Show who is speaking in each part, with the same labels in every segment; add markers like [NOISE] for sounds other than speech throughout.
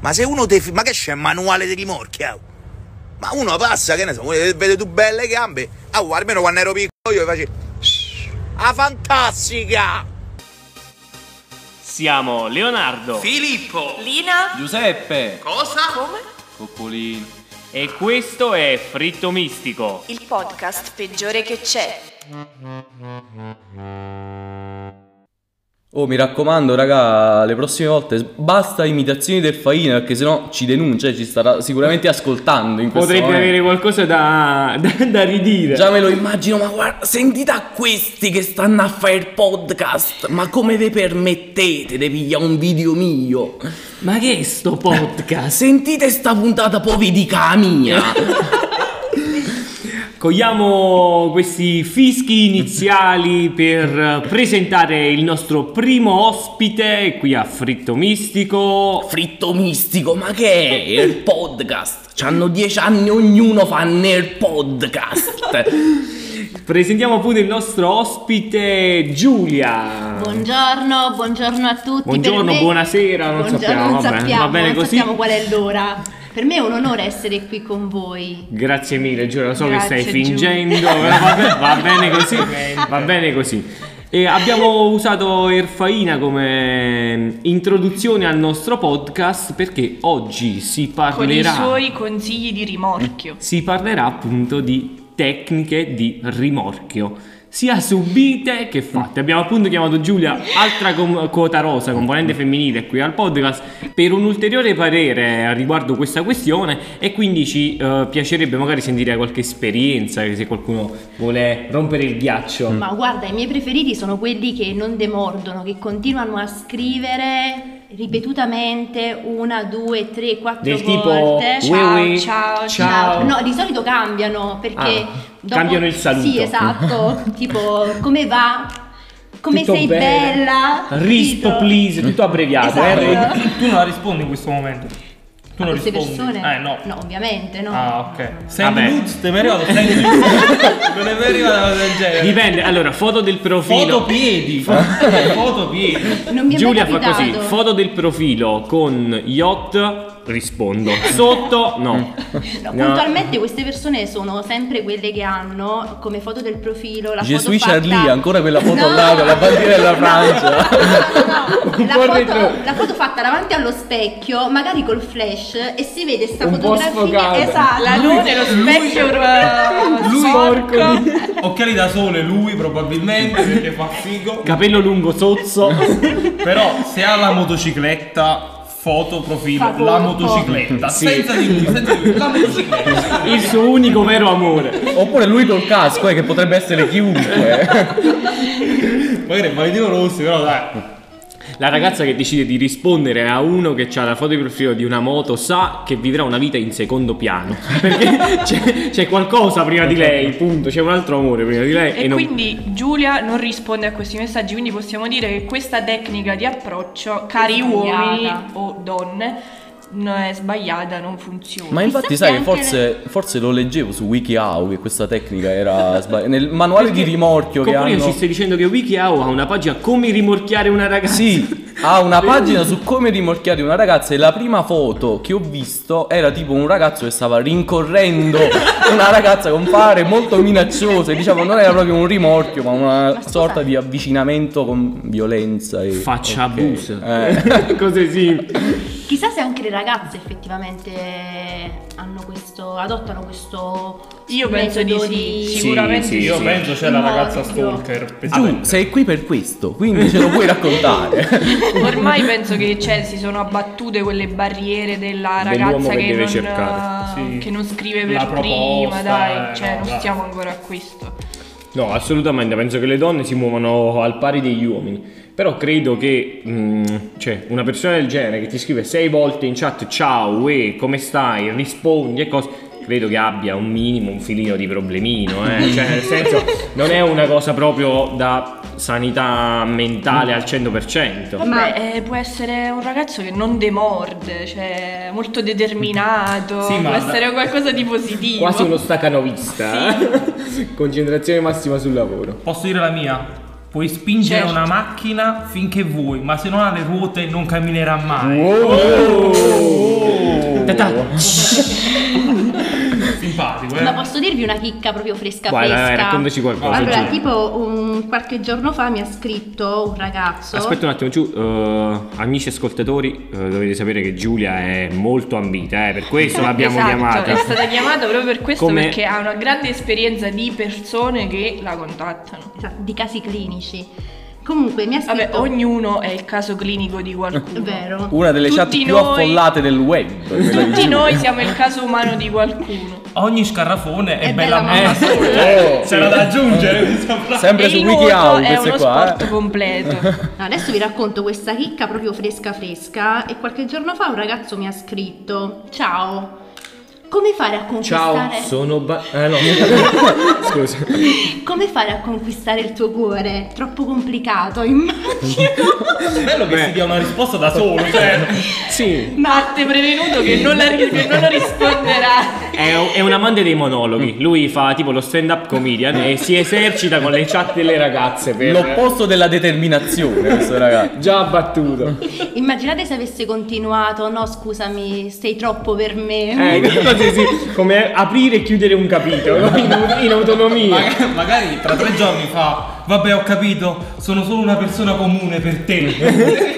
Speaker 1: Ma se uno te. fi- Ma che c'è il manuale di rimorchio? au? Ma uno passa, che ne so, vuole- vede tu belle gambe. Ah, guarda, almeno quando ero piccolo io facevo. Ah, fantastica!
Speaker 2: Siamo Leonardo
Speaker 3: Filippo.
Speaker 4: Lina?
Speaker 5: Giuseppe
Speaker 3: Cosa?
Speaker 4: Come?
Speaker 5: Coccolino
Speaker 2: e questo è Fritto Mistico.
Speaker 4: Il podcast peggiore che c'è.
Speaker 5: Oh mi raccomando raga le prossime volte s- basta imitazioni del Faina perché sennò ci denuncia e ci starà sicuramente ascoltando in questo
Speaker 2: Potrebbe
Speaker 5: momento.
Speaker 2: avere qualcosa da, [LAUGHS] da, da ridire.
Speaker 5: Già me lo immagino, ma guarda, sentite a questi che stanno a fare il podcast, ma come vi permettete di pigliare un video mio?
Speaker 2: Ma che è sto podcast?
Speaker 5: Sentite sta puntata poi vi dica la mia.
Speaker 2: [LAUGHS] Cogliamo questi fischi iniziali per eh, presentare il nostro primo ospite qui a Fritto Mistico.
Speaker 5: Fritto mistico, ma che è il podcast? C'hanno dieci anni ognuno fanno il podcast.
Speaker 2: Presentiamo pure il nostro ospite Giulia.
Speaker 6: Buongiorno, buongiorno a tutti.
Speaker 2: Buongiorno,
Speaker 6: Per me-
Speaker 2: buonasera, non
Speaker 6: Buongiorno,
Speaker 2: sappiamo,
Speaker 6: non
Speaker 2: va bene,
Speaker 6: sappiamo,
Speaker 2: va bene
Speaker 6: non
Speaker 2: così.
Speaker 6: sappiamo qual è l'ora. Per me è un onore essere qui con voi.
Speaker 2: Grazie mille, Giulia, lo so
Speaker 6: Grazie,
Speaker 2: che stai
Speaker 6: Giulia.
Speaker 2: fingendo, però va, be- va bene così, va bene così. E abbiamo usato Erfaina come introduzione al nostro podcast perché oggi si
Speaker 4: Con i
Speaker 2: parlerà...
Speaker 4: suoi consigli di rimorchio.
Speaker 2: si parlerà appunto di tecniche di rimorchio, sia subite che fatte. Abbiamo appunto chiamato Giulia, altra com- quota rosa, componente femminile qui al podcast, per un ulteriore parere riguardo questa questione e quindi ci eh, piacerebbe magari sentire qualche esperienza, se qualcuno vuole rompere il ghiaccio.
Speaker 6: Ma guarda, i miei preferiti sono quelli che non demordono, che continuano a scrivere ripetutamente una, due, tre, quattro
Speaker 2: Del tipo,
Speaker 6: volte.
Speaker 2: "Ue, ue,
Speaker 4: ciao,
Speaker 2: ciao".
Speaker 6: No, di solito cambiano perché
Speaker 2: Ah,
Speaker 6: dopo-
Speaker 2: cambiano il saluto. [LAUGHS]
Speaker 6: Sì, esatto. tipo, come va? Come
Speaker 2: Tutto
Speaker 6: sei
Speaker 2: bene?
Speaker 6: bella?
Speaker 2: Rispo,
Speaker 6: Capito?
Speaker 2: please, tutto abbreviato.
Speaker 6: Esatto.
Speaker 2: eh.
Speaker 6: Eh,
Speaker 7: tu, tu non la rispondi in questo momento. Tu
Speaker 6: A
Speaker 7: non
Speaker 6: queste
Speaker 7: rispondi.
Speaker 6: persone?
Speaker 7: Eh no.
Speaker 6: ovviamente no.
Speaker 7: Ah, ok. Send
Speaker 2: Vabbè.
Speaker 7: nudes, te mi è arrivato
Speaker 2: [LAUGHS]
Speaker 7: send nudes. Non è mai arrivata una cosa del genere.
Speaker 2: Dipende, allora, foto del profilo.
Speaker 7: Foto piedi. [LAUGHS] Foto piedi.
Speaker 6: Non mi è mai
Speaker 2: Giulia fa così,
Speaker 6: capitato.
Speaker 2: foto del profilo con yacht, rispondo. Sotto,
Speaker 7: [LAUGHS]
Speaker 2: no.
Speaker 6: No,
Speaker 2: No.
Speaker 6: Puntualmente queste persone sono sempre quelle che hanno come foto del profilo la
Speaker 5: Gesù
Speaker 6: foto fatta...
Speaker 5: Charlie, ancora quella foto
Speaker 6: No.
Speaker 5: là con la bandiera
Speaker 6: [LAUGHS]
Speaker 5: della Francia.
Speaker 6: No, no, no,
Speaker 2: Un
Speaker 6: la,
Speaker 2: po'
Speaker 6: foto,
Speaker 2: retro.
Speaker 6: la foto fatta davanti allo specchio, magari col flash, e si vede sta
Speaker 2: Un po' sfocata.
Speaker 6: fotografia. Esatto.
Speaker 4: La luce, lo specchio. eh,
Speaker 7: Lui
Speaker 4: sporco.
Speaker 7: Occhiali da sole, lui probabilmente perché fa figo.
Speaker 2: Capello lungo sozzo.
Speaker 7: Però se ha la motocicletta foto profilo
Speaker 6: Fa
Speaker 7: la
Speaker 6: colpo.
Speaker 7: motocicletta
Speaker 2: Sì.
Speaker 7: senza di lui, senza di lui, la motocicletta.
Speaker 2: Il suo unico vero amore.
Speaker 5: Oppure lui col casco, eh, che potrebbe essere chiunque.
Speaker 7: Magari è Valentino Rossi, però dai.
Speaker 2: La ragazza che decide di rispondere a uno che ha la foto di profilo di una moto sa che vivrà una vita in secondo piano. [LAUGHS] Perché c'è, c'è qualcosa prima di lei, punto. C'è un altro amore prima di lei. E,
Speaker 4: E,
Speaker 2: non-
Speaker 4: quindi Giulia non risponde a questi messaggi, quindi possiamo dire che questa tecnica di approccio, cari
Speaker 6: Sbagliata.
Speaker 4: uomini o donne, non è sbagliata, non funziona.
Speaker 5: Ma infatti,
Speaker 6: Chissà
Speaker 5: sai,
Speaker 6: se anche
Speaker 5: forse, forse lo leggevo su WikiHow che questa tecnica era sbagliata. Nel manuale di rimorchio che
Speaker 2: Comunque
Speaker 5: hanno.
Speaker 2: ci stai dicendo che WikiHow ha una pagina come rimorchiare una ragazza.
Speaker 5: Sì, ha una pagina su come rimorchiare una ragazza e la prima foto che ho visto era tipo un ragazzo che stava rincorrendo una ragazza con fare molto minaccioso e diciamo non era proprio un rimorchio ma una sorta di avvicinamento con violenza e...
Speaker 2: Faccia
Speaker 5: ok.
Speaker 2: abuso.
Speaker 5: Eh.
Speaker 2: [LAUGHS] [LAUGHS] Cose simili.
Speaker 6: Chissà se anche le ragazze effettivamente hanno questo, adottano questo.
Speaker 4: Io penso di
Speaker 6: metodo
Speaker 4: sì,
Speaker 6: di-
Speaker 4: sicuramente
Speaker 2: sì,
Speaker 4: sì.
Speaker 7: Io penso c'è la
Speaker 6: No,
Speaker 7: ragazza
Speaker 6: proprio.
Speaker 7: stalker.
Speaker 5: Tu sei qui per questo, quindi ce lo puoi raccontare.
Speaker 4: [LAUGHS] Ormai penso che cioè, si sono abbattute quelle barriere della
Speaker 2: Dell'uomo
Speaker 4: ragazza
Speaker 2: che
Speaker 4: che,
Speaker 2: deve
Speaker 4: non,
Speaker 2: cercare.
Speaker 4: eh,
Speaker 7: Sì.
Speaker 4: che non scrive
Speaker 7: La
Speaker 4: per prima,
Speaker 7: proposta,
Speaker 4: dai,
Speaker 7: eh,
Speaker 4: cioè
Speaker 7: no,
Speaker 4: non
Speaker 7: dai.
Speaker 4: stiamo ancora a questo.
Speaker 2: No, assolutamente, penso che le donne si muovano al pari degli uomini. Però credo che mh, cioè, una persona del genere che ti scrive sei volte in chat ciao, e come stai, rispondi e cose, credo che abbia un minimo, un filino di problemino. eh. Cioè, nel senso, non è una cosa proprio da sanità mentale al 100%.
Speaker 4: Ma eh, può essere un ragazzo che non demorde, cioè molto determinato,
Speaker 7: Sì, ma-
Speaker 4: può essere qualcosa di positivo. Cioè,
Speaker 2: Quasi uno staccanovista. eh. [LAUGHS] Concentrazione massima sul lavoro.
Speaker 7: Posso dire la mia? Puoi spingere
Speaker 4: Certo.
Speaker 7: una macchina finché vuoi, ma se non ha le ruote non camminerà mai.
Speaker 2: Oh!
Speaker 7: Simpatico,
Speaker 6: Ma
Speaker 7: eh?
Speaker 6: posso dirvi una chicca proprio fresca
Speaker 2: Vai, vai,
Speaker 6: fresca?
Speaker 2: vai, raccontaci qualcosa,
Speaker 6: Allora,
Speaker 2: Giulia.
Speaker 6: tipo un- qualche giorno fa mi ha scritto un
Speaker 4: Esatto.
Speaker 6: ragazzo.
Speaker 2: Aspetta un attimo, giù, eh, amici ascoltatori, eh, dovete sapere che Giulia è molto ambita, eh, per questo l'abbiamo
Speaker 4: Esatto,
Speaker 2: chiamata.
Speaker 4: È stata chiamata proprio per questo
Speaker 2: Come-
Speaker 4: perché ha una grande esperienza di persone che la contattano.
Speaker 6: Esatto, di casi clinici. Comunque mi ha scritto
Speaker 4: Vabbè, ognuno è il caso clinico di qualcuno.
Speaker 6: È vero.
Speaker 5: Una delle
Speaker 4: Tutti
Speaker 5: chat più
Speaker 4: noi-
Speaker 5: affollate del web. quella di
Speaker 4: Tutti
Speaker 5: Giulia.
Speaker 4: noi siamo il caso umano di qualcuno.
Speaker 7: [LAUGHS] Ogni scarrafone è,
Speaker 6: È bella
Speaker 7: bella, mamma
Speaker 6: mamma
Speaker 7: sola.
Speaker 5: Oh,
Speaker 7: C'era da aggiungere, mi sembra.
Speaker 5: sempre
Speaker 4: e
Speaker 5: su
Speaker 4: il nuoto
Speaker 5: WikiHow
Speaker 4: è
Speaker 5: queste
Speaker 4: uno
Speaker 5: qua.
Speaker 4: sport [LAUGHS]
Speaker 5: eh.
Speaker 4: completo.
Speaker 6: No, Adesso vi racconto questa chicca proprio fresca fresca e qualche giorno fa un ragazzo mi ha scritto "Ciao, come fare a
Speaker 2: Ciao,
Speaker 6: conquistare
Speaker 2: sono ba- eh, no. Scusa.
Speaker 6: [LAUGHS] come fare a conquistare il tuo cuore? Troppo complicato,
Speaker 2: [LAUGHS]
Speaker 6: immagino".
Speaker 7: bello che
Speaker 2: Beh.
Speaker 7: si dia una risposta da solo, cioè.
Speaker 2: Sì,
Speaker 4: Marte prevenuto che non, la ri- che
Speaker 2: [LAUGHS]
Speaker 4: non risponderà.
Speaker 2: è, è un amante dei monologhi. Lui fa tipo lo stand-up comedian e si esercita con le chat delle ragazze per
Speaker 5: L'opposto della determinazione, questo ragazzo.
Speaker 2: già battuto.
Speaker 6: Immaginate se avesse continuato, no scusami, sei troppo per me.
Speaker 2: [LAUGHS] Eh, che cose sì, come aprire e chiudere un capitolo in, au- in autonomia.
Speaker 7: Maga- Magari tra tre giorni fa, vabbè ho capito, sono solo una persona comune per te.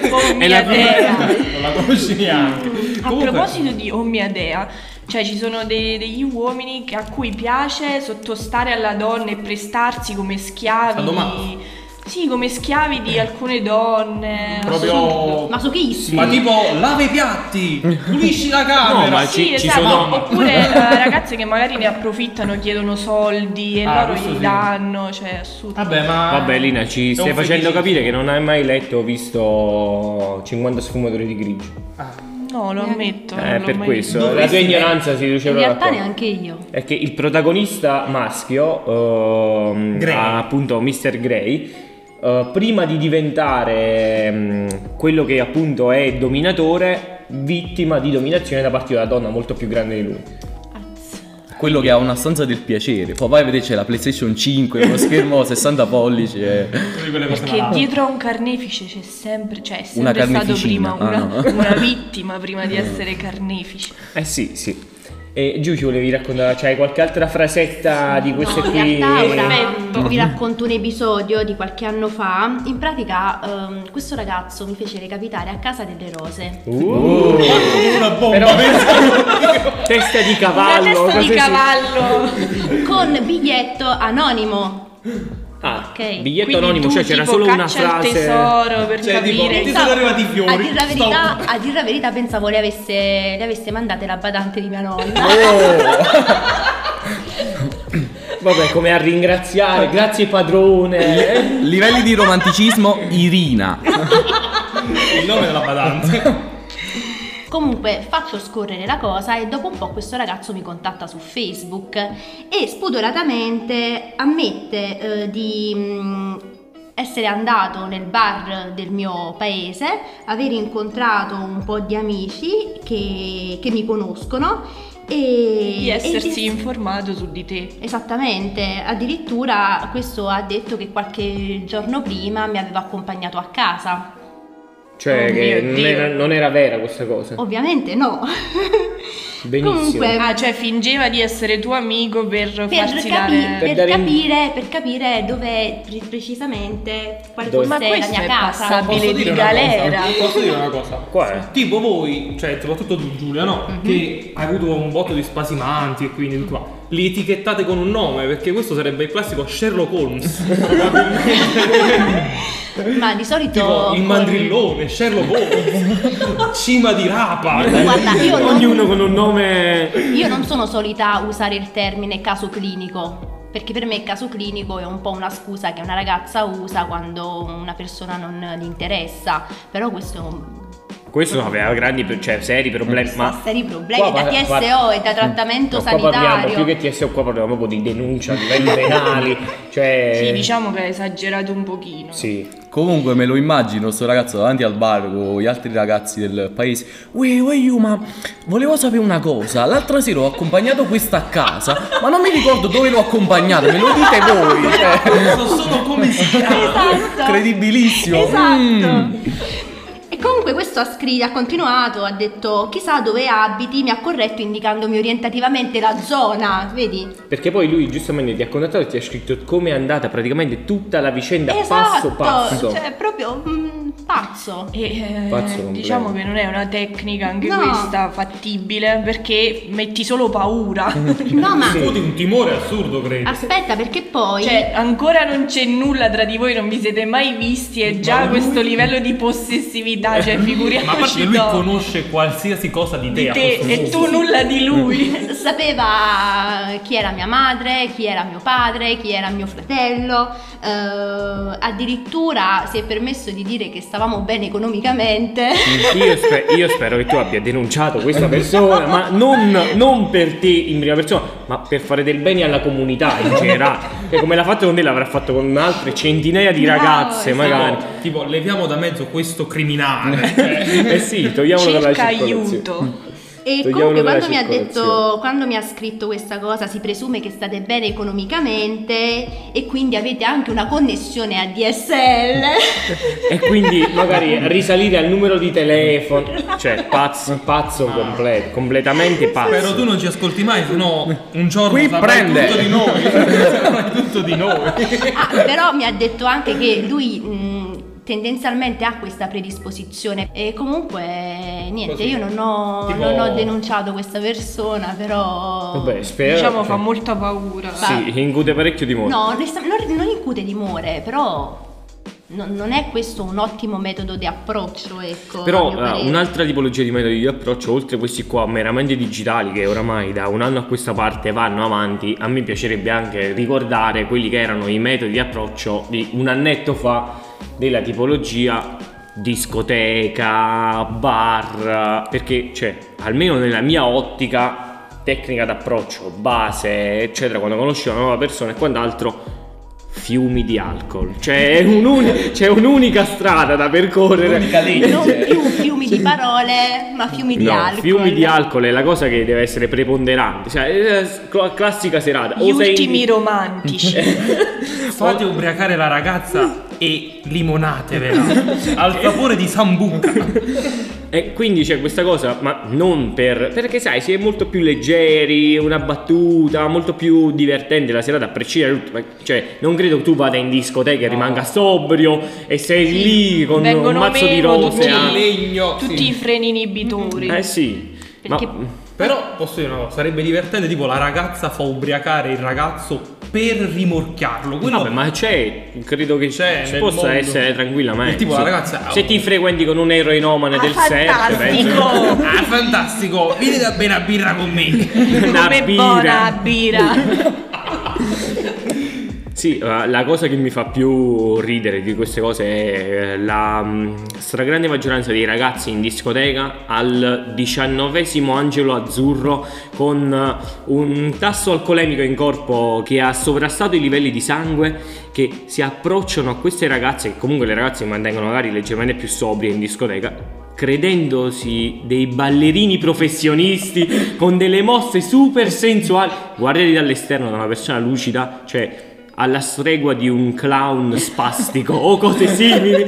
Speaker 4: Oh
Speaker 2: È la
Speaker 4: mia dea.
Speaker 7: non la conosci neanche.
Speaker 4: A proposito di oh mia dea, cioè ci sono de- degli uomini che- a cui piace sottostare alla donna e prestarsi come schiavi.
Speaker 7: Sadomaso.
Speaker 4: Di, sì, come schiavi di alcune donne. assurdo.
Speaker 7: proprio...
Speaker 6: Ma su chi?
Speaker 7: Ma tipo, lava i piatti, pulisci la camera.
Speaker 2: No, ma
Speaker 4: Sì,
Speaker 2: ci, ci
Speaker 4: esatto.
Speaker 2: sono.
Speaker 4: Oppure eh, ragazze che magari ne approfittano, chiedono soldi e
Speaker 7: Ah,
Speaker 4: loro
Speaker 7: questo
Speaker 4: gli
Speaker 7: sì.
Speaker 4: danno, cioè assurdo.
Speaker 7: Vabbè, ma...
Speaker 2: Vabbè, Lina, ci
Speaker 7: È
Speaker 2: stai
Speaker 7: un
Speaker 2: facendo
Speaker 7: feticismo.
Speaker 2: capire che non hai mai letto o visto 50 sfumatori di grigio.
Speaker 4: No, lo ammetto. non
Speaker 2: eh,
Speaker 4: l'ho
Speaker 2: per
Speaker 4: mai
Speaker 2: questo,
Speaker 4: visto.
Speaker 2: la tua ignoranza si riduce
Speaker 6: In
Speaker 2: proprio a
Speaker 6: realtà
Speaker 2: quello.
Speaker 6: neanche io.
Speaker 2: È che il protagonista maschio, ehm,
Speaker 7: Grey.
Speaker 2: ha appunto Mr. Grey, eh, prima di diventare ehm, quello che appunto è dominatore, vittima di dominazione da parte di una donna molto più grande di lui.
Speaker 5: Quello che ha una stanza del piacere. Poi vai a vedere c'è la PlayStation 5, uno schermo 60 pollici. eh. e-
Speaker 7: Di quelle cose
Speaker 4: Perché
Speaker 7: là.
Speaker 4: dietro a un carnefice c'è sempre, cioè è sempre
Speaker 5: Una
Speaker 4: stato
Speaker 5: carneficina,
Speaker 4: prima una,
Speaker 5: ah, no.
Speaker 4: una vittima prima di essere carnefice.
Speaker 2: Eh sì, sì. E Giù ci volevi raccontare, c'hai qualche altra frasetta di queste
Speaker 6: No, in
Speaker 2: qui?
Speaker 6: realtà ora
Speaker 4: Perfetto.
Speaker 6: vi racconto un episodio di qualche anno fa. In pratica ehm, questo ragazzo mi fece recapitare a casa delle rose.
Speaker 2: Uh,
Speaker 7: Una bomba.
Speaker 2: però testa di cavallo,
Speaker 4: una testa
Speaker 2: cose
Speaker 4: di
Speaker 2: sì.
Speaker 4: cavallo.
Speaker 7: Uh.
Speaker 6: Con biglietto anonimo.
Speaker 2: Ah,
Speaker 6: Ok.
Speaker 2: biglietto
Speaker 4: Quindi
Speaker 2: anonimo,
Speaker 4: tu,
Speaker 2: cioè c'era
Speaker 4: tipo,
Speaker 2: solo una
Speaker 4: caccia al
Speaker 2: frase.
Speaker 4: tesoro per
Speaker 7: Cioè, tipo,
Speaker 4: capire.
Speaker 7: ti sono arrivati i fiori.
Speaker 6: A dir la verità,
Speaker 7: Stop.
Speaker 6: a dir la verità pensavo le avesse, le avesse mandate la badante di mia nonna.
Speaker 2: Oh. Vabbè, come a ringraziare, grazie padrone.
Speaker 5: Livelli di romanticismo, Irina.
Speaker 7: Il nome della badante.
Speaker 6: Comunque faccio scorrere la cosa e dopo un po' questo ragazzo mi contatta su Facebook e spudoratamente ammette eh, di mm, essere andato nel bar del mio paese, aver incontrato un po' di amici che, che mi conoscono e...
Speaker 4: Di
Speaker 6: e
Speaker 4: essersi
Speaker 6: di-
Speaker 4: informato su di te.
Speaker 6: Esattamente, addirittura questo ha detto che qualche giorno prima mi aveva accompagnato a casa.
Speaker 2: Cioè,
Speaker 4: Oh
Speaker 2: che
Speaker 4: mio
Speaker 2: non era,
Speaker 4: Dio. Oh,
Speaker 2: non era vera questa cosa.
Speaker 6: Ovviamente no. [LAUGHS]
Speaker 2: Benissimo.
Speaker 6: Comunque,
Speaker 4: Ah, cioè fingeva di essere tuo amico per,
Speaker 6: per,
Speaker 4: farsi
Speaker 6: capi-
Speaker 4: dare...
Speaker 6: per
Speaker 2: Per dare-
Speaker 6: capire, per capire dove pre- precisamente quale
Speaker 2: Dove-
Speaker 6: fosse
Speaker 4: Ma
Speaker 6: la
Speaker 4: questo
Speaker 6: mia
Speaker 4: è
Speaker 6: casa.
Speaker 4: passabile
Speaker 7: Posso
Speaker 4: di
Speaker 7: dire una
Speaker 4: galera.
Speaker 7: cosa? Posso dire una cosa?
Speaker 2: Qual è? Mhm.
Speaker 7: Tipo voi, cioè soprattutto tu Giulia, no? Che hai avuto un botto di spasimanti e quindi tutto qua. Li etichettate con un nome, perché questo sarebbe il classico Sherlock Holmes.
Speaker 2: [LAUGHS]
Speaker 6: Ma di solito
Speaker 7: tipo il
Speaker 6: con-
Speaker 7: mandrillone, Sherlock Holmes,
Speaker 2: [LAUGHS]
Speaker 7: cima di rapa.
Speaker 6: Guarda, io
Speaker 2: Ognuno
Speaker 6: non,
Speaker 2: con un nome.
Speaker 6: io non sono solita a usare il termine caso clinico, perché per me caso clinico è un po' una scusa che una ragazza usa quando una persona non gli interessa, però questo è un
Speaker 2: Questo aveva grandi, pro- cioè, seri problemi. Ma
Speaker 6: seri problemi
Speaker 2: Qua
Speaker 6: da
Speaker 2: parla-
Speaker 6: TSO e da trattamento
Speaker 2: No, qua parliamo [LAUGHS]
Speaker 6: sanitario.
Speaker 2: più che TSO, qua parliamo proprio di denuncia, di livelli
Speaker 4: [LAUGHS]
Speaker 2: penali. Cioè.
Speaker 4: Sì, diciamo che ha esagerato un pochino.
Speaker 2: Sì.
Speaker 5: Comunque me lo immagino sto ragazzo davanti al bar con gli altri ragazzi del paese. Uè, uè, io, ma volevo sapere una cosa. L'altra sera ho accompagnato questa a casa, ma non mi ricordo dove l'ho accompagnato. Me lo dite voi. Cioè,
Speaker 7: So solo come si chiama.
Speaker 6: Esatto.
Speaker 5: credibilissimo.
Speaker 6: Esatto.
Speaker 5: Mm.
Speaker 6: E comunque questo questo ha, scritto, ha continuato, ha detto chissà dove abiti, mi ha corretto indicandomi orientativamente la zona, vedi?
Speaker 2: Perché poi lui giustamente ti ha contattato e ti ha scritto come è andata praticamente tutta la vicenda passo
Speaker 4: Esatto,
Speaker 2: passo.
Speaker 6: cioè proprio mm, pazzo.
Speaker 4: E, eh,
Speaker 2: Pazzo completo.
Speaker 4: diciamo che non è una tecnica anche
Speaker 6: No.
Speaker 4: questa fattibile perché metti solo
Speaker 2: [LAUGHS]
Speaker 4: paura.
Speaker 6: No ma
Speaker 7: Scusi, un timore assurdo, credo.
Speaker 6: aspetta perché poi...
Speaker 4: Cioè, ancora non c'è nulla tra di voi, non vi siete mai visti e già
Speaker 7: lui-
Speaker 4: questo livello di possessività,
Speaker 2: Eh,
Speaker 4: cioè figuriamoci
Speaker 7: Ma a parte che lui
Speaker 4: dopo.
Speaker 7: conosce qualsiasi cosa di te,
Speaker 4: di
Speaker 7: a
Speaker 4: te
Speaker 7: questo
Speaker 4: e
Speaker 7: punto.
Speaker 4: tu nulla di
Speaker 2: Mm.
Speaker 4: lui.
Speaker 6: [LAUGHS] Sapeva chi era mia madre, chi era mio padre, chi era mio fratello, eh, addirittura si è permesso di dire che stavamo bene economicamente.
Speaker 2: Io, spe- io spero che tu abbia denunciato questa persona, ma non, non per te in prima persona, ma per fare del bene alla comunità
Speaker 4: [LAUGHS]
Speaker 2: in generale. Cioè, come l'ha fatto con te, l'avrà fatto con altre centinaia di
Speaker 6: Bravo,
Speaker 2: ragazze,
Speaker 6: esatto.
Speaker 2: magari.
Speaker 4: [LAUGHS]
Speaker 7: Tipo, tipo, leviamo da mezzo questo criminale. cioè,
Speaker 2: Eh sì, togliamolo dalla
Speaker 4: Cerca
Speaker 2: circolazione. Mm.
Speaker 4: aiuto.
Speaker 6: E
Speaker 2: Togliamolo
Speaker 6: comunque
Speaker 2: dalla
Speaker 6: quando mi ha detto,
Speaker 2: circolazione.
Speaker 6: quando mi ha scritto questa cosa, si presume che state bene economicamente e quindi avete anche una connessione a DSL.
Speaker 2: [LAUGHS] E quindi magari risalire al numero di telefono, cioè pazzo, pazzo completo, completamente pazzo.
Speaker 7: Ah. Spero tu non ci ascolti mai, sennò un giorno
Speaker 5: Qui
Speaker 7: saprai
Speaker 5: prende.
Speaker 7: tutto di noi. Saprai tutto di noi.
Speaker 6: [LAUGHS] Ah, però mi ha detto anche che lui mh, tendenzialmente ha questa predisposizione e comunque niente,
Speaker 7: Così.
Speaker 6: io non ho,
Speaker 7: Tipo-
Speaker 6: non ho denunciato questa persona, però...
Speaker 2: Vabbè, spero. cioè.
Speaker 4: Diciamo fa molta paura.
Speaker 2: Sì, incute parecchio di mondo.
Speaker 6: No, onesta- non, non incute timore, però non, non è questo un ottimo metodo di approccio, ecco. a
Speaker 2: Però
Speaker 6: mio
Speaker 2: eh,
Speaker 6: parere.
Speaker 2: un'altra tipologia di metodi di approccio, oltre a questi qua meramente digitali che oramai da un anno a questa parte vanno avanti, a me piacerebbe anche ricordare quelli che erano i metodi di approccio di un annetto fa della tipologia discoteca, bar, perché cioè, almeno nella mia ottica tecnica d'approccio, base, eccetera, quando conosci una nuova persona e quant'altro fiumi di alcol, cioè è un'uni- c'è un'unica strada da percorrere
Speaker 5: L'unica legge.
Speaker 6: Non più fiumi di parole, ma fiumi di
Speaker 2: Cioè, No,
Speaker 6: alcol.
Speaker 2: fiumi di alcol è la cosa che deve essere preponderante. Cioè, eh, cl- classica serata.
Speaker 4: Gli
Speaker 2: O sei in-
Speaker 4: ultimi romantici.
Speaker 7: Fate ubriacare la ragazza e limonatevela al sapore di sambuca.
Speaker 2: Eh, E quindi c'è questa cosa, ma non per. Perché sai, si è molto più leggeri, una battuta, molto più divertente la serata, a prescindere da tutto. Ma- Cioè, non credo che tu vada in discoteca e rimanga sobrio e sei
Speaker 4: Sì,
Speaker 2: [LAUGHS] lì con un
Speaker 4: vengono
Speaker 2: mazzo di
Speaker 4: meno
Speaker 2: rose.
Speaker 4: tutti-
Speaker 2: ah.
Speaker 7: legno.
Speaker 4: Tutti i freni inibitori.
Speaker 2: Eh sì.
Speaker 6: Perché-
Speaker 2: Ma
Speaker 7: Però posso dire una cosa, sarebbe divertente tipo la ragazza fa ubriacare il ragazzo per rimorchiarlo. Quello
Speaker 2: Vabbè,
Speaker 7: [LAUGHS]
Speaker 2: ma c'è, credo che
Speaker 7: C'è
Speaker 2: ci
Speaker 7: nel
Speaker 2: possa
Speaker 7: mondo.
Speaker 2: essere tranquillamente.
Speaker 7: Il tipo,
Speaker 2: sì.
Speaker 7: la ragazza- oh.
Speaker 2: Se ti frequenti con un eroinomane
Speaker 4: Ah,
Speaker 2: del 7,
Speaker 4: fantastico!
Speaker 7: Ah, fantastico! Vieni da bere una birra con me.
Speaker 2: Una
Speaker 4: Come
Speaker 2: birra.
Speaker 4: buona
Speaker 2: [LAUGHS]
Speaker 4: birra.
Speaker 2: Sì, eh, la cosa che mi fa più ridere di queste cose è eh, la mh, stragrande maggioranza dei ragazzi in discoteca al diciannovesimo angelo azzurro con eh, un tasso alcolemico in corpo che ha sovrastato i livelli di sangue che si approcciano a queste ragazze, che comunque le ragazze si mantengono magari leggermente più sobrie in discoteca, credendosi dei ballerini professionisti con delle mosse super sensuali. Guardati dall'esterno da una persona lucida, cioè alla stregua di un clown spastico o cose simili,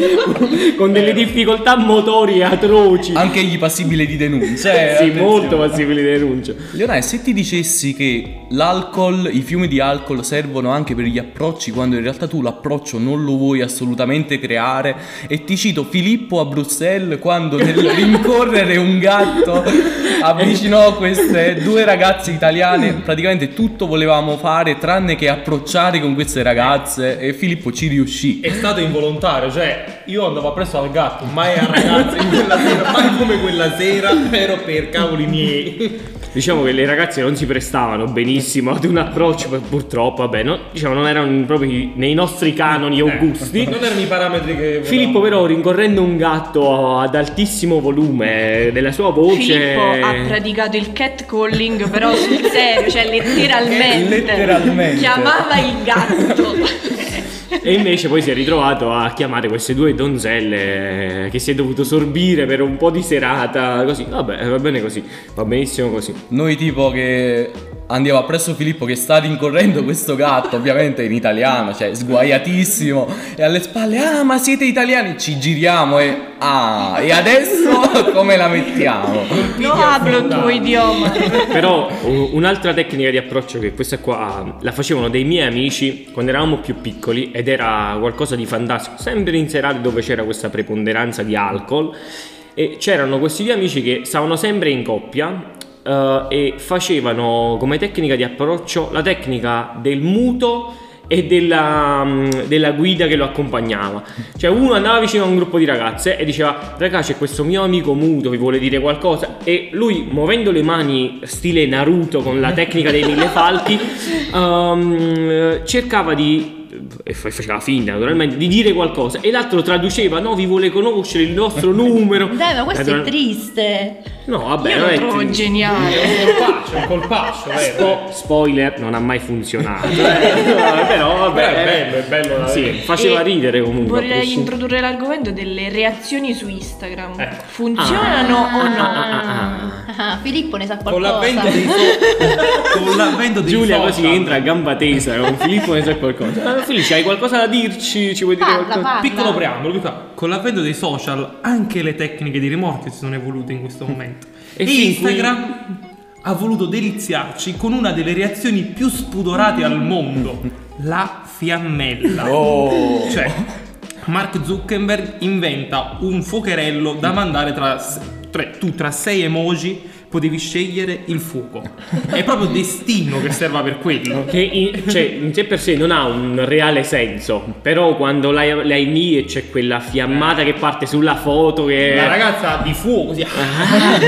Speaker 2: [LAUGHS] con delle difficoltà motorie atroci.
Speaker 5: Anche egli passibile di denuncia.
Speaker 2: sì,
Speaker 5: eh, Ah, attenzione.
Speaker 2: molto passibili di denuncia.
Speaker 5: Leonardo, se ti dicessi che l'alcol, i fiumi di alcol servono anche per gli approcci, quando in realtà tu l'approccio non lo vuoi assolutamente creare, e ti cito Filippo a Bruxelles quando
Speaker 2: [LAUGHS]
Speaker 5: nel rincorrere un gatto avvicinò queste due ragazze italiane, praticamente tutto volevamo fare tranne che approcciare con queste ragazze, e Filippo ci riuscì.
Speaker 7: È stato involontario, cioè io andavo appresso al gatto, mai a ragazza in quella sera, mai come quella sera, però per cavoli miei.
Speaker 2: Diciamo che le ragazze non si prestavano benissimo ad un approccio, pur- purtroppo, vabbè, no? diciamo, non erano proprio nei nostri
Speaker 7: Eh.
Speaker 2: canoni o gusti.
Speaker 7: Non erano i parametri che volevamo.
Speaker 2: Filippo però rincorrendo un gatto ad altissimo volume della sua voce
Speaker 4: Filippo ha praticato il catcalling però sul serio, cioè letteralmente.
Speaker 5: Letteralmente.
Speaker 4: Chiamava il gatto.
Speaker 2: e invece poi si è ritrovato a chiamare queste due donzelle eh, che si è dovuto sorbire per un po' di serata così, vabbè va bene così, va benissimo così.
Speaker 5: Noi tipo che andiamo appresso Filippo che sta rincorrendo questo gatto, ovviamente in italiano, cioè sguaiatissimo, e alle spalle, ah ma siete italiani, ci giriamo e, ah, e adesso [LAUGHS] come la mettiamo?
Speaker 4: No, hablo il tuo idioma.
Speaker 2: Però u- un'altra tecnica di approccio che questa qua ah, la facevano dei miei amici quando eravamo più piccoli ed era qualcosa di fantastico, sempre in serate dove c'era questa preponderanza di alcol e c'erano questi due amici che stavano sempre in coppia eh, e facevano come tecnica di approccio la tecnica del muto e della, mm, della guida che lo accompagnava. Cioè uno andava vicino a un gruppo di ragazze e diceva raga c'è questo mio amico muto, vi vuole dire qualcosa? E lui muovendo le mani stile Naruto con la tecnica dei mille
Speaker 6: [LAUGHS]
Speaker 2: falchi ehm, cercava di e fa- faceva finta naturalmente di dire qualcosa e l'altro traduceva no vi vuole conoscere il nostro numero
Speaker 6: Dai, ma questo è
Speaker 2: Natural-
Speaker 6: triste.
Speaker 2: no vabbè
Speaker 4: Io
Speaker 2: non
Speaker 4: lo
Speaker 2: è
Speaker 4: trovo
Speaker 2: triste.
Speaker 4: geniale.
Speaker 7: È un colpaccio, è un colpaccio, vero?
Speaker 2: Spo- spoiler non ha mai [LAUGHS] funzionato però vabbè
Speaker 7: Però è bello, è bello la
Speaker 2: sì,
Speaker 7: verità.
Speaker 2: faceva
Speaker 4: E
Speaker 2: ridere comunque
Speaker 4: Vorrei
Speaker 2: questo.
Speaker 4: introdurre l'argomento delle reazioni su Instagram.
Speaker 7: Ecco.
Speaker 4: Funzionano o no?
Speaker 2: Eh. ah,
Speaker 6: oh, Ah, Filippo ne sa
Speaker 7: Con
Speaker 6: qualcosa.
Speaker 7: l'avvento dei so- con l'avvento dei
Speaker 2: Giulia
Speaker 7: social.
Speaker 2: così entra a gamba tesa con Filippo ne sa qualcosa Ah, Felice hai qualcosa da dirci ci vuoi dire
Speaker 6: Parla,
Speaker 2: qualcosa
Speaker 6: parla.
Speaker 7: Piccolo preambolo, qua. con l'avvento dei social anche le tecniche di rimorchio si sono evolute in questo momento.
Speaker 2: E
Speaker 7: E,
Speaker 2: fin qui-
Speaker 7: Instagram ha voluto deliziarci con una delle reazioni più spudorate al mondo, la fiammella.
Speaker 5: Oh.
Speaker 7: Cioè, Mark Zuckerberg inventa un fuocherello da mandare tra, s- tre- tu tra sei emoji potevi scegliere il fuoco. È proprio destino che serva per quello.
Speaker 2: che in, cioè, in sé per sé non ha un reale senso però quando l'hai, l'hai lì e c'è quella fiammata che parte sulla foto che
Speaker 7: La ragazza di fuoco così. ah,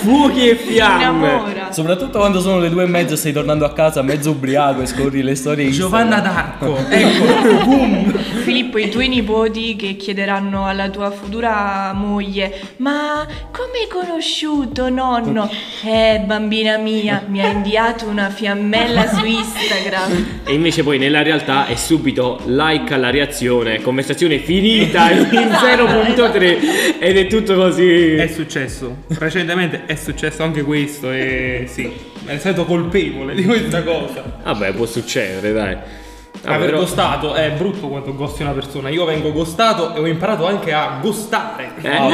Speaker 2: fuochi e
Speaker 4: Si
Speaker 2: fiamme
Speaker 4: innamora.
Speaker 5: Soprattutto quando sono le due e mezzo e stai tornando a casa mezzo ubriaco e scorri le storie Instagram.
Speaker 7: Giovanna
Speaker 2: [LAUGHS]
Speaker 7: d'Arco, ecco, boom.
Speaker 4: Filippo, i tuoi nipoti che chiederanno alla tua futura moglie: Ma come hai conosciuto nonno? Eh, bambina mia, mi ha inviato una fiammella su Instagram.
Speaker 2: e invece poi nella realtà è subito like alla reazione conversazione finita in 0.3 ed è tutto così
Speaker 7: È successo, recentemente è successo anche questo e sì, me ne sento colpevole di questa cosa.
Speaker 2: Vabbè, può succedere, dai. Ah,
Speaker 7: Aver
Speaker 2: però-
Speaker 7: gostato è brutto quanto gosti una persona. Io vengo gostato e ho imparato anche a gostare.
Speaker 2: Eh, eh, eh.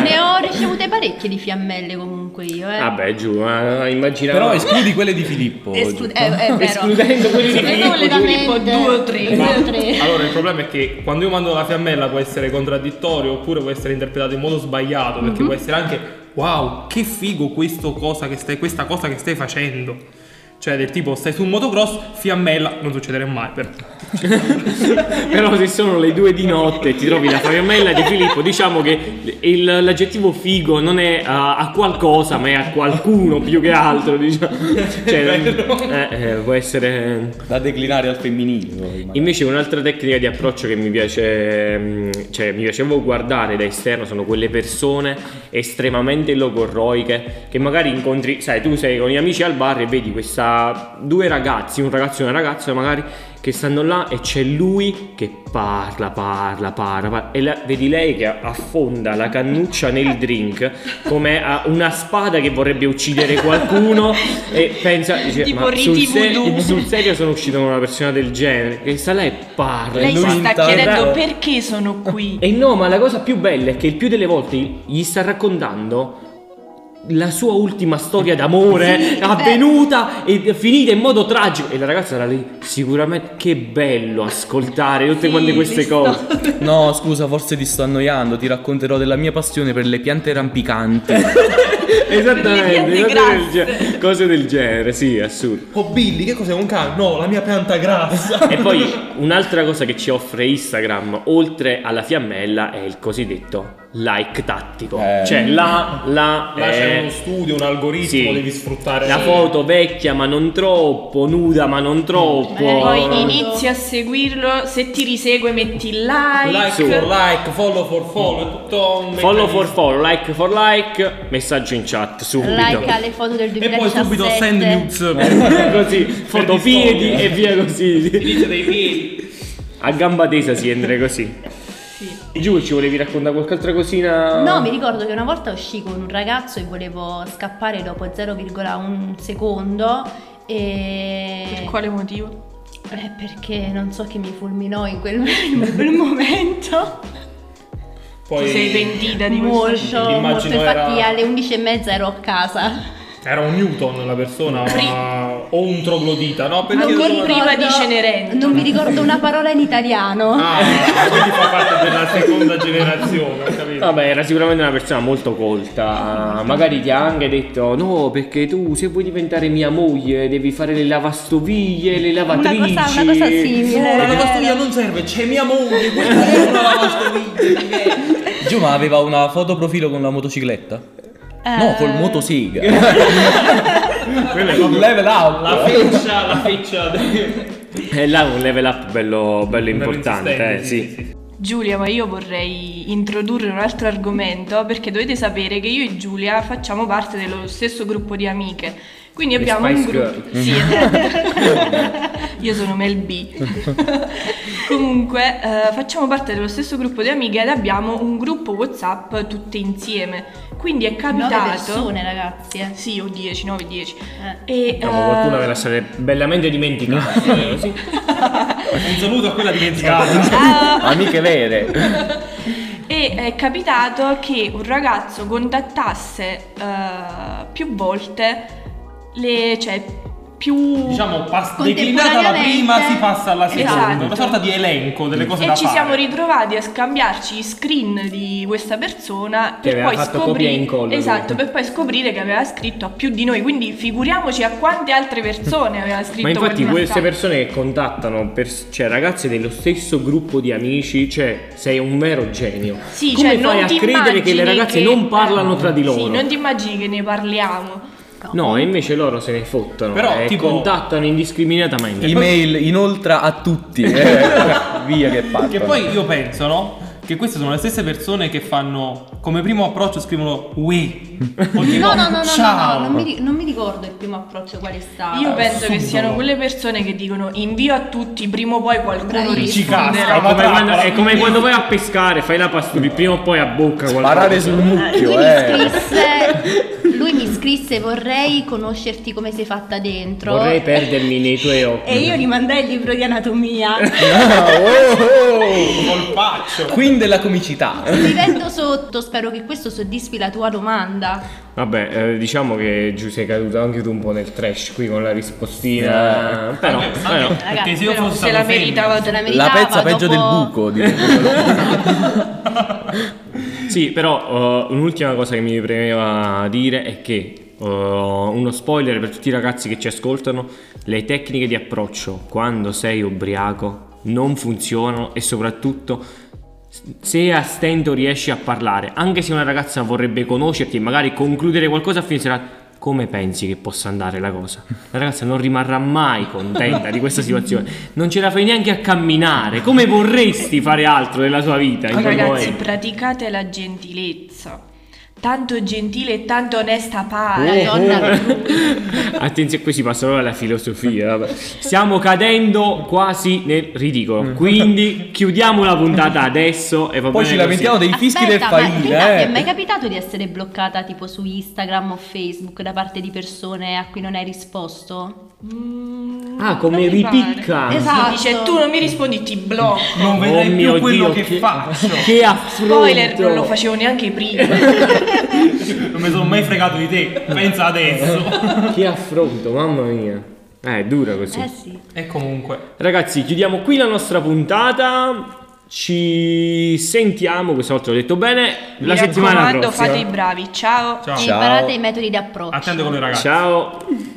Speaker 6: Ne ho ricevute parecchie di fiammelle comunque io,
Speaker 7: Ah,
Speaker 6: eh.
Speaker 2: Vabbè, giù, ma immaginavo.
Speaker 5: Però escludi quelle di Filippo.
Speaker 6: Esclu- eh, è vero.
Speaker 2: Escludendo quelli di Filippo,
Speaker 6: Completamente.
Speaker 4: Filippo, due o tre.
Speaker 6: Due o tre.
Speaker 7: Allora il problema è che quando io mando la fiammella può essere contraddittorio oppure può essere interpretato in modo sbagliato perché può essere anche wow che figo questo cosa che stai, questa cosa che stai facendo. Cioè del tipo stai su un motocross, fiammella, non succederà mai perché.
Speaker 2: Però se sono le due di notte e ti trovi la fiammella di Filippo, diciamo che il- l'aggettivo figo non è eh, a, a qualcosa, ma è a qualcuno più che altro. Diciamo. Cioè, eh, eh, può essere.
Speaker 5: Da declinare al femminile. poi, magari.
Speaker 2: Invece un'altra tecnica di approccio che mi piace, mm, cioè mi piaceva guardare da esterno sono quelle persone estremamente logorroiche che magari incontri, sai, tu sei con gli amici al bar e vedi questa due ragazzi, un ragazzo e una ragazza magari che stanno là e c'è lui che parla, parla, parla, parla e la- vedi lei che affonda la cannuccia nel drink come a una spada che vorrebbe uccidere qualcuno e pensa dice,
Speaker 4: Tipo
Speaker 2: ma sul,
Speaker 4: Riti
Speaker 2: serio- [LAUGHS]
Speaker 4: Voodoo."
Speaker 2: sul serio sono uscito con una persona del genere che sta là e parla
Speaker 4: Lei
Speaker 2: lui
Speaker 4: si sta
Speaker 5: intanto-
Speaker 4: chiedendo perché sono qui.
Speaker 2: e no ma la cosa più bella è che il più delle volte gli sta raccontando la sua ultima storia d'amore
Speaker 6: Sì,
Speaker 2: avvenuta e finita in modo tragico e la ragazza era lì sicuramente che bello ascoltare tutte
Speaker 4: Sì,
Speaker 2: quante queste
Speaker 4: le
Speaker 2: cose
Speaker 4: [LAUGHS] storie.
Speaker 5: No, scusa, forse ti sto annoiando. Ti racconterò della mia passione per le piante rampicanti.
Speaker 4: Per
Speaker 2: esattamente cose
Speaker 4: le piante
Speaker 2: del,
Speaker 4: grasse.
Speaker 2: genere, cose del genere sì assurdo
Speaker 7: Oh Billy, che cos'è un cane? No, la mia pianta grassa. [LAUGHS] Eh,
Speaker 2: E poi un'altra cosa che ci offre Instagram, oltre alla fiammella, è il cosiddetto like tattico.
Speaker 5: Eh.
Speaker 2: Cioè la, la,
Speaker 7: Là
Speaker 2: eh,
Speaker 7: c'è uno studio, un algoritmo,
Speaker 2: sì.
Speaker 7: devi sfruttare.
Speaker 2: la foto vecchia ma non troppo, nuda ma non troppo.
Speaker 6: Magari
Speaker 4: Poi inizi a seguirlo, se ti risegue metti il
Speaker 7: Like
Speaker 4: like.
Speaker 7: for like, follow for follow, è tutto un
Speaker 2: Follow for
Speaker 7: meccanismo.
Speaker 2: follow, like for like, messaggio in chat subito.
Speaker 6: Like alle foto del
Speaker 7: E poi
Speaker 6: 2017.
Speaker 7: subito send nudes.
Speaker 2: [LAUGHS] così, foto piedi e via così.
Speaker 7: Inizio [LAUGHS] dei piedi.
Speaker 2: A gamba tesa si entra così. Giù ci volevi raccontare qualche altra cosina?
Speaker 6: No, mi ricordo che una volta uscì con un ragazzo e volevo scappare dopo 0,1 secondo E...
Speaker 4: Per quale motivo?
Speaker 6: Eh, perché non so che mi fulminò in quel, [LAUGHS] in quel momento.
Speaker 7: Poi
Speaker 4: Ti sei pentita di questo?
Speaker 6: Molto, molto.
Speaker 7: L'immagino era-
Speaker 6: Infatti alle 11.30 ero a casa.
Speaker 7: era un Newton la persona ma- o un troglodita, no? Perché [LAUGHS]
Speaker 4: Ancora
Speaker 7: sono-
Speaker 4: prima di Cenerentola.
Speaker 6: Non mi ricordo una parola in italiano.
Speaker 7: Ah, quindi fa parte della seconda generazione, ho capito.
Speaker 2: Vabbè, era sicuramente una persona molto colta. Magari ti ha anche detto: No, perché tu, se vuoi diventare mia moglie, devi fare le lavastoviglie, le
Speaker 6: Una
Speaker 2: lavatrici.
Speaker 6: cosa, una cosa simile.
Speaker 7: No, la
Speaker 6: vero.
Speaker 7: lavastoviglie non serve, c'è mia moglie, questa è una lavastoviglie.
Speaker 5: Giù, ma aveva una foto profilo con la motocicletta?
Speaker 6: Eh.
Speaker 5: No, col motosega.
Speaker 7: [LAUGHS] Quella è proprio
Speaker 5: Level up.
Speaker 7: la feccia, la feccia del-
Speaker 2: E Eh, là un level up bello, bello importante, eh,
Speaker 7: insistente,
Speaker 2: sì.
Speaker 4: Giulia, ma io vorrei introdurre un altro argomento perché dovete sapere che io e Giulia facciamo parte dello stesso gruppo di amiche. Quindi
Speaker 2: Le
Speaker 4: abbiamo
Speaker 2: Spice
Speaker 4: un gruppo.
Speaker 2: [LAUGHS]
Speaker 4: Sì, esatto. io sono Mel B.
Speaker 2: [LAUGHS]
Speaker 4: Comunque, eh, facciamo parte dello stesso gruppo di amiche ed abbiamo un gruppo WhatsApp tutte insieme. Quindi è
Speaker 6: Nove
Speaker 4: capitato.
Speaker 6: persone, ragazzi. eh.
Speaker 4: Sì, o 10, 9, 10.
Speaker 6: Eh.
Speaker 4: E,
Speaker 2: Diciamo,
Speaker 4: eh,
Speaker 2: qualcuno ve la state bellamente dimenticata. eh, [LAUGHS] sì.
Speaker 7: Un saluto a quella dimenticata.
Speaker 4: eh,
Speaker 5: Amiche vere.
Speaker 4: E è capitato che un ragazzo contattasse eh, più volte le, cioè, più...
Speaker 7: Diciamo, pas- declinata la prima si passa alla seconda,
Speaker 4: Esatto.
Speaker 7: una sorta di elenco delle cose da
Speaker 4: e ci
Speaker 7: fare.
Speaker 4: siamo ritrovati a scambiarci i screen di questa persona
Speaker 2: Che
Speaker 4: per
Speaker 2: aveva
Speaker 4: poi
Speaker 2: fatto copia e
Speaker 4: scoprire
Speaker 2: incolla,
Speaker 4: esatto,
Speaker 2: quindi.
Speaker 4: per poi scoprire che aveva scritto a più di noi, quindi figuriamoci a quante altre persone aveva scritto
Speaker 2: Ma infatti
Speaker 4: quel
Speaker 2: queste
Speaker 4: messaggio.
Speaker 2: persone che contattano pers- cioè ragazze dello stesso gruppo di amici, cioè sei un vero genio.
Speaker 4: Sì,
Speaker 2: Come
Speaker 4: cioè,
Speaker 2: fai
Speaker 4: non
Speaker 2: a
Speaker 4: ti
Speaker 2: credere che le
Speaker 4: immagini
Speaker 2: ragazze
Speaker 4: che- eh,
Speaker 2: non parlano tra di loro?
Speaker 4: Sì, non ti immagini che ne parliamo.
Speaker 2: No, e invece loro se ne fottono
Speaker 7: Però,
Speaker 2: e
Speaker 7: tipo-
Speaker 2: contattano indiscriminatamente.
Speaker 5: Email inoltre a tutti. eh. Via che partono.
Speaker 7: Che poi io penso, no? Che queste sono le stesse persone che fanno come primo approccio scrivono we. o tipo,
Speaker 6: No, no, no, no, no,
Speaker 7: ciao.
Speaker 6: no, non mi, ri- non mi ricordo il primo approccio quale è stato.
Speaker 2: Ah,
Speaker 4: Io penso che
Speaker 7: assurdo.
Speaker 4: siano quelle persone che dicono invio a tutti, prima o poi qualcuno
Speaker 6: Bravissimo.
Speaker 7: Ci
Speaker 4: risponde.
Speaker 7: casca.
Speaker 2: È
Speaker 7: Ma
Speaker 2: come,
Speaker 7: tra-
Speaker 2: quando, è come quando vai a pescare, fai la pastura, prima o poi a bocca qualcosa.
Speaker 5: Sparare sul mucchio,
Speaker 6: Lui mi
Speaker 5: eh.
Speaker 6: scrisse, lui mi scrisse vorrei conoscerti come sei fatta dentro.
Speaker 2: Vorrei perdermi nei tuoi occhi.
Speaker 6: E io gli mandai il libro
Speaker 5: [LAUGHS]
Speaker 6: di anatomia.
Speaker 5: Ah, Oh,
Speaker 7: Colpaccio.
Speaker 5: oh. Quindi la comicità.
Speaker 6: Mi vendo sotto, spero che questo soddisfi la tua domanda.
Speaker 2: Vabbè, eh, diciamo che Giù sei caduto anche tu un po' nel trash qui con la
Speaker 7: Eh.
Speaker 2: rispostina. Però, però.
Speaker 7: Perché se io
Speaker 4: Però
Speaker 7: fossi
Speaker 4: se
Speaker 7: stato
Speaker 4: la
Speaker 7: femmina-
Speaker 4: meritava
Speaker 6: Se la
Speaker 5: La
Speaker 6: meritava,
Speaker 5: pezza peggio del
Speaker 6: dopo-
Speaker 5: buco. direi.
Speaker 2: Sì, però eh, un'ultima cosa che mi premeva dire è che eh, uno spoiler per tutti i ragazzi che ci ascoltano, le tecniche di approccio quando sei ubriaco non funzionano e soprattutto se a stento riesci a parlare, anche se una ragazza vorrebbe conoscerti e magari concludere qualcosa finirà come pensi che possa andare la cosa? La ragazza non rimarrà mai contenta di questa situazione, non ce la fai neanche a camminare, come vorresti fare altro nella sua vita? in quel
Speaker 4: Ragazzi,
Speaker 2: momento?
Speaker 4: praticate la gentilezza. Tanto gentile e tanto onesta
Speaker 2: Eh,
Speaker 6: La
Speaker 4: pare.
Speaker 6: donna
Speaker 2: [LAUGHS] Attenzione, qui si passa proprio alla filosofia. vabbè. Stiamo cadendo quasi nel
Speaker 7: Mm.
Speaker 2: ridicolo. Quindi chiudiamo la
Speaker 7: [LAUGHS]
Speaker 2: puntata adesso e va
Speaker 5: Poi
Speaker 2: bene
Speaker 5: ci
Speaker 2: così.
Speaker 5: lamentiamo dei fischi del
Speaker 6: Aspetta, ma ti
Speaker 5: faina,
Speaker 6: è mai
Speaker 5: eh.
Speaker 6: capitato di essere bloccata tipo su Instagram o Facebook da parte di persone a cui non hai risposto?
Speaker 4: Mm,
Speaker 2: Ah, come
Speaker 4: non mi pare.
Speaker 2: ripicca.
Speaker 6: Esatto.
Speaker 4: Dice tu non mi rispondi, ti blocco.
Speaker 7: Non vedrai
Speaker 2: Oh
Speaker 7: più
Speaker 2: mio
Speaker 7: quello
Speaker 2: Dio,
Speaker 7: che, faccio.
Speaker 2: Che affronto.
Speaker 4: Spoiler, non lo facevo neanche prima.
Speaker 7: Non mi sono mai fregato di te. Pensa [LAUGHS] adesso.
Speaker 2: Che affronto, mamma mia. Eh, è dura così.
Speaker 6: Eh sì.
Speaker 7: e comunque.
Speaker 2: Ragazzi, chiudiamo qui la nostra puntata. Ci sentiamo, questa volta l'ho detto bene, la
Speaker 4: Mi
Speaker 2: settimana
Speaker 4: raccomando,
Speaker 2: prossima.
Speaker 4: fate i bravi. Ciao.
Speaker 7: Ciao.
Speaker 6: E imparate i metodi di approccio.
Speaker 7: Attento con i ragazzi.
Speaker 2: Ciao.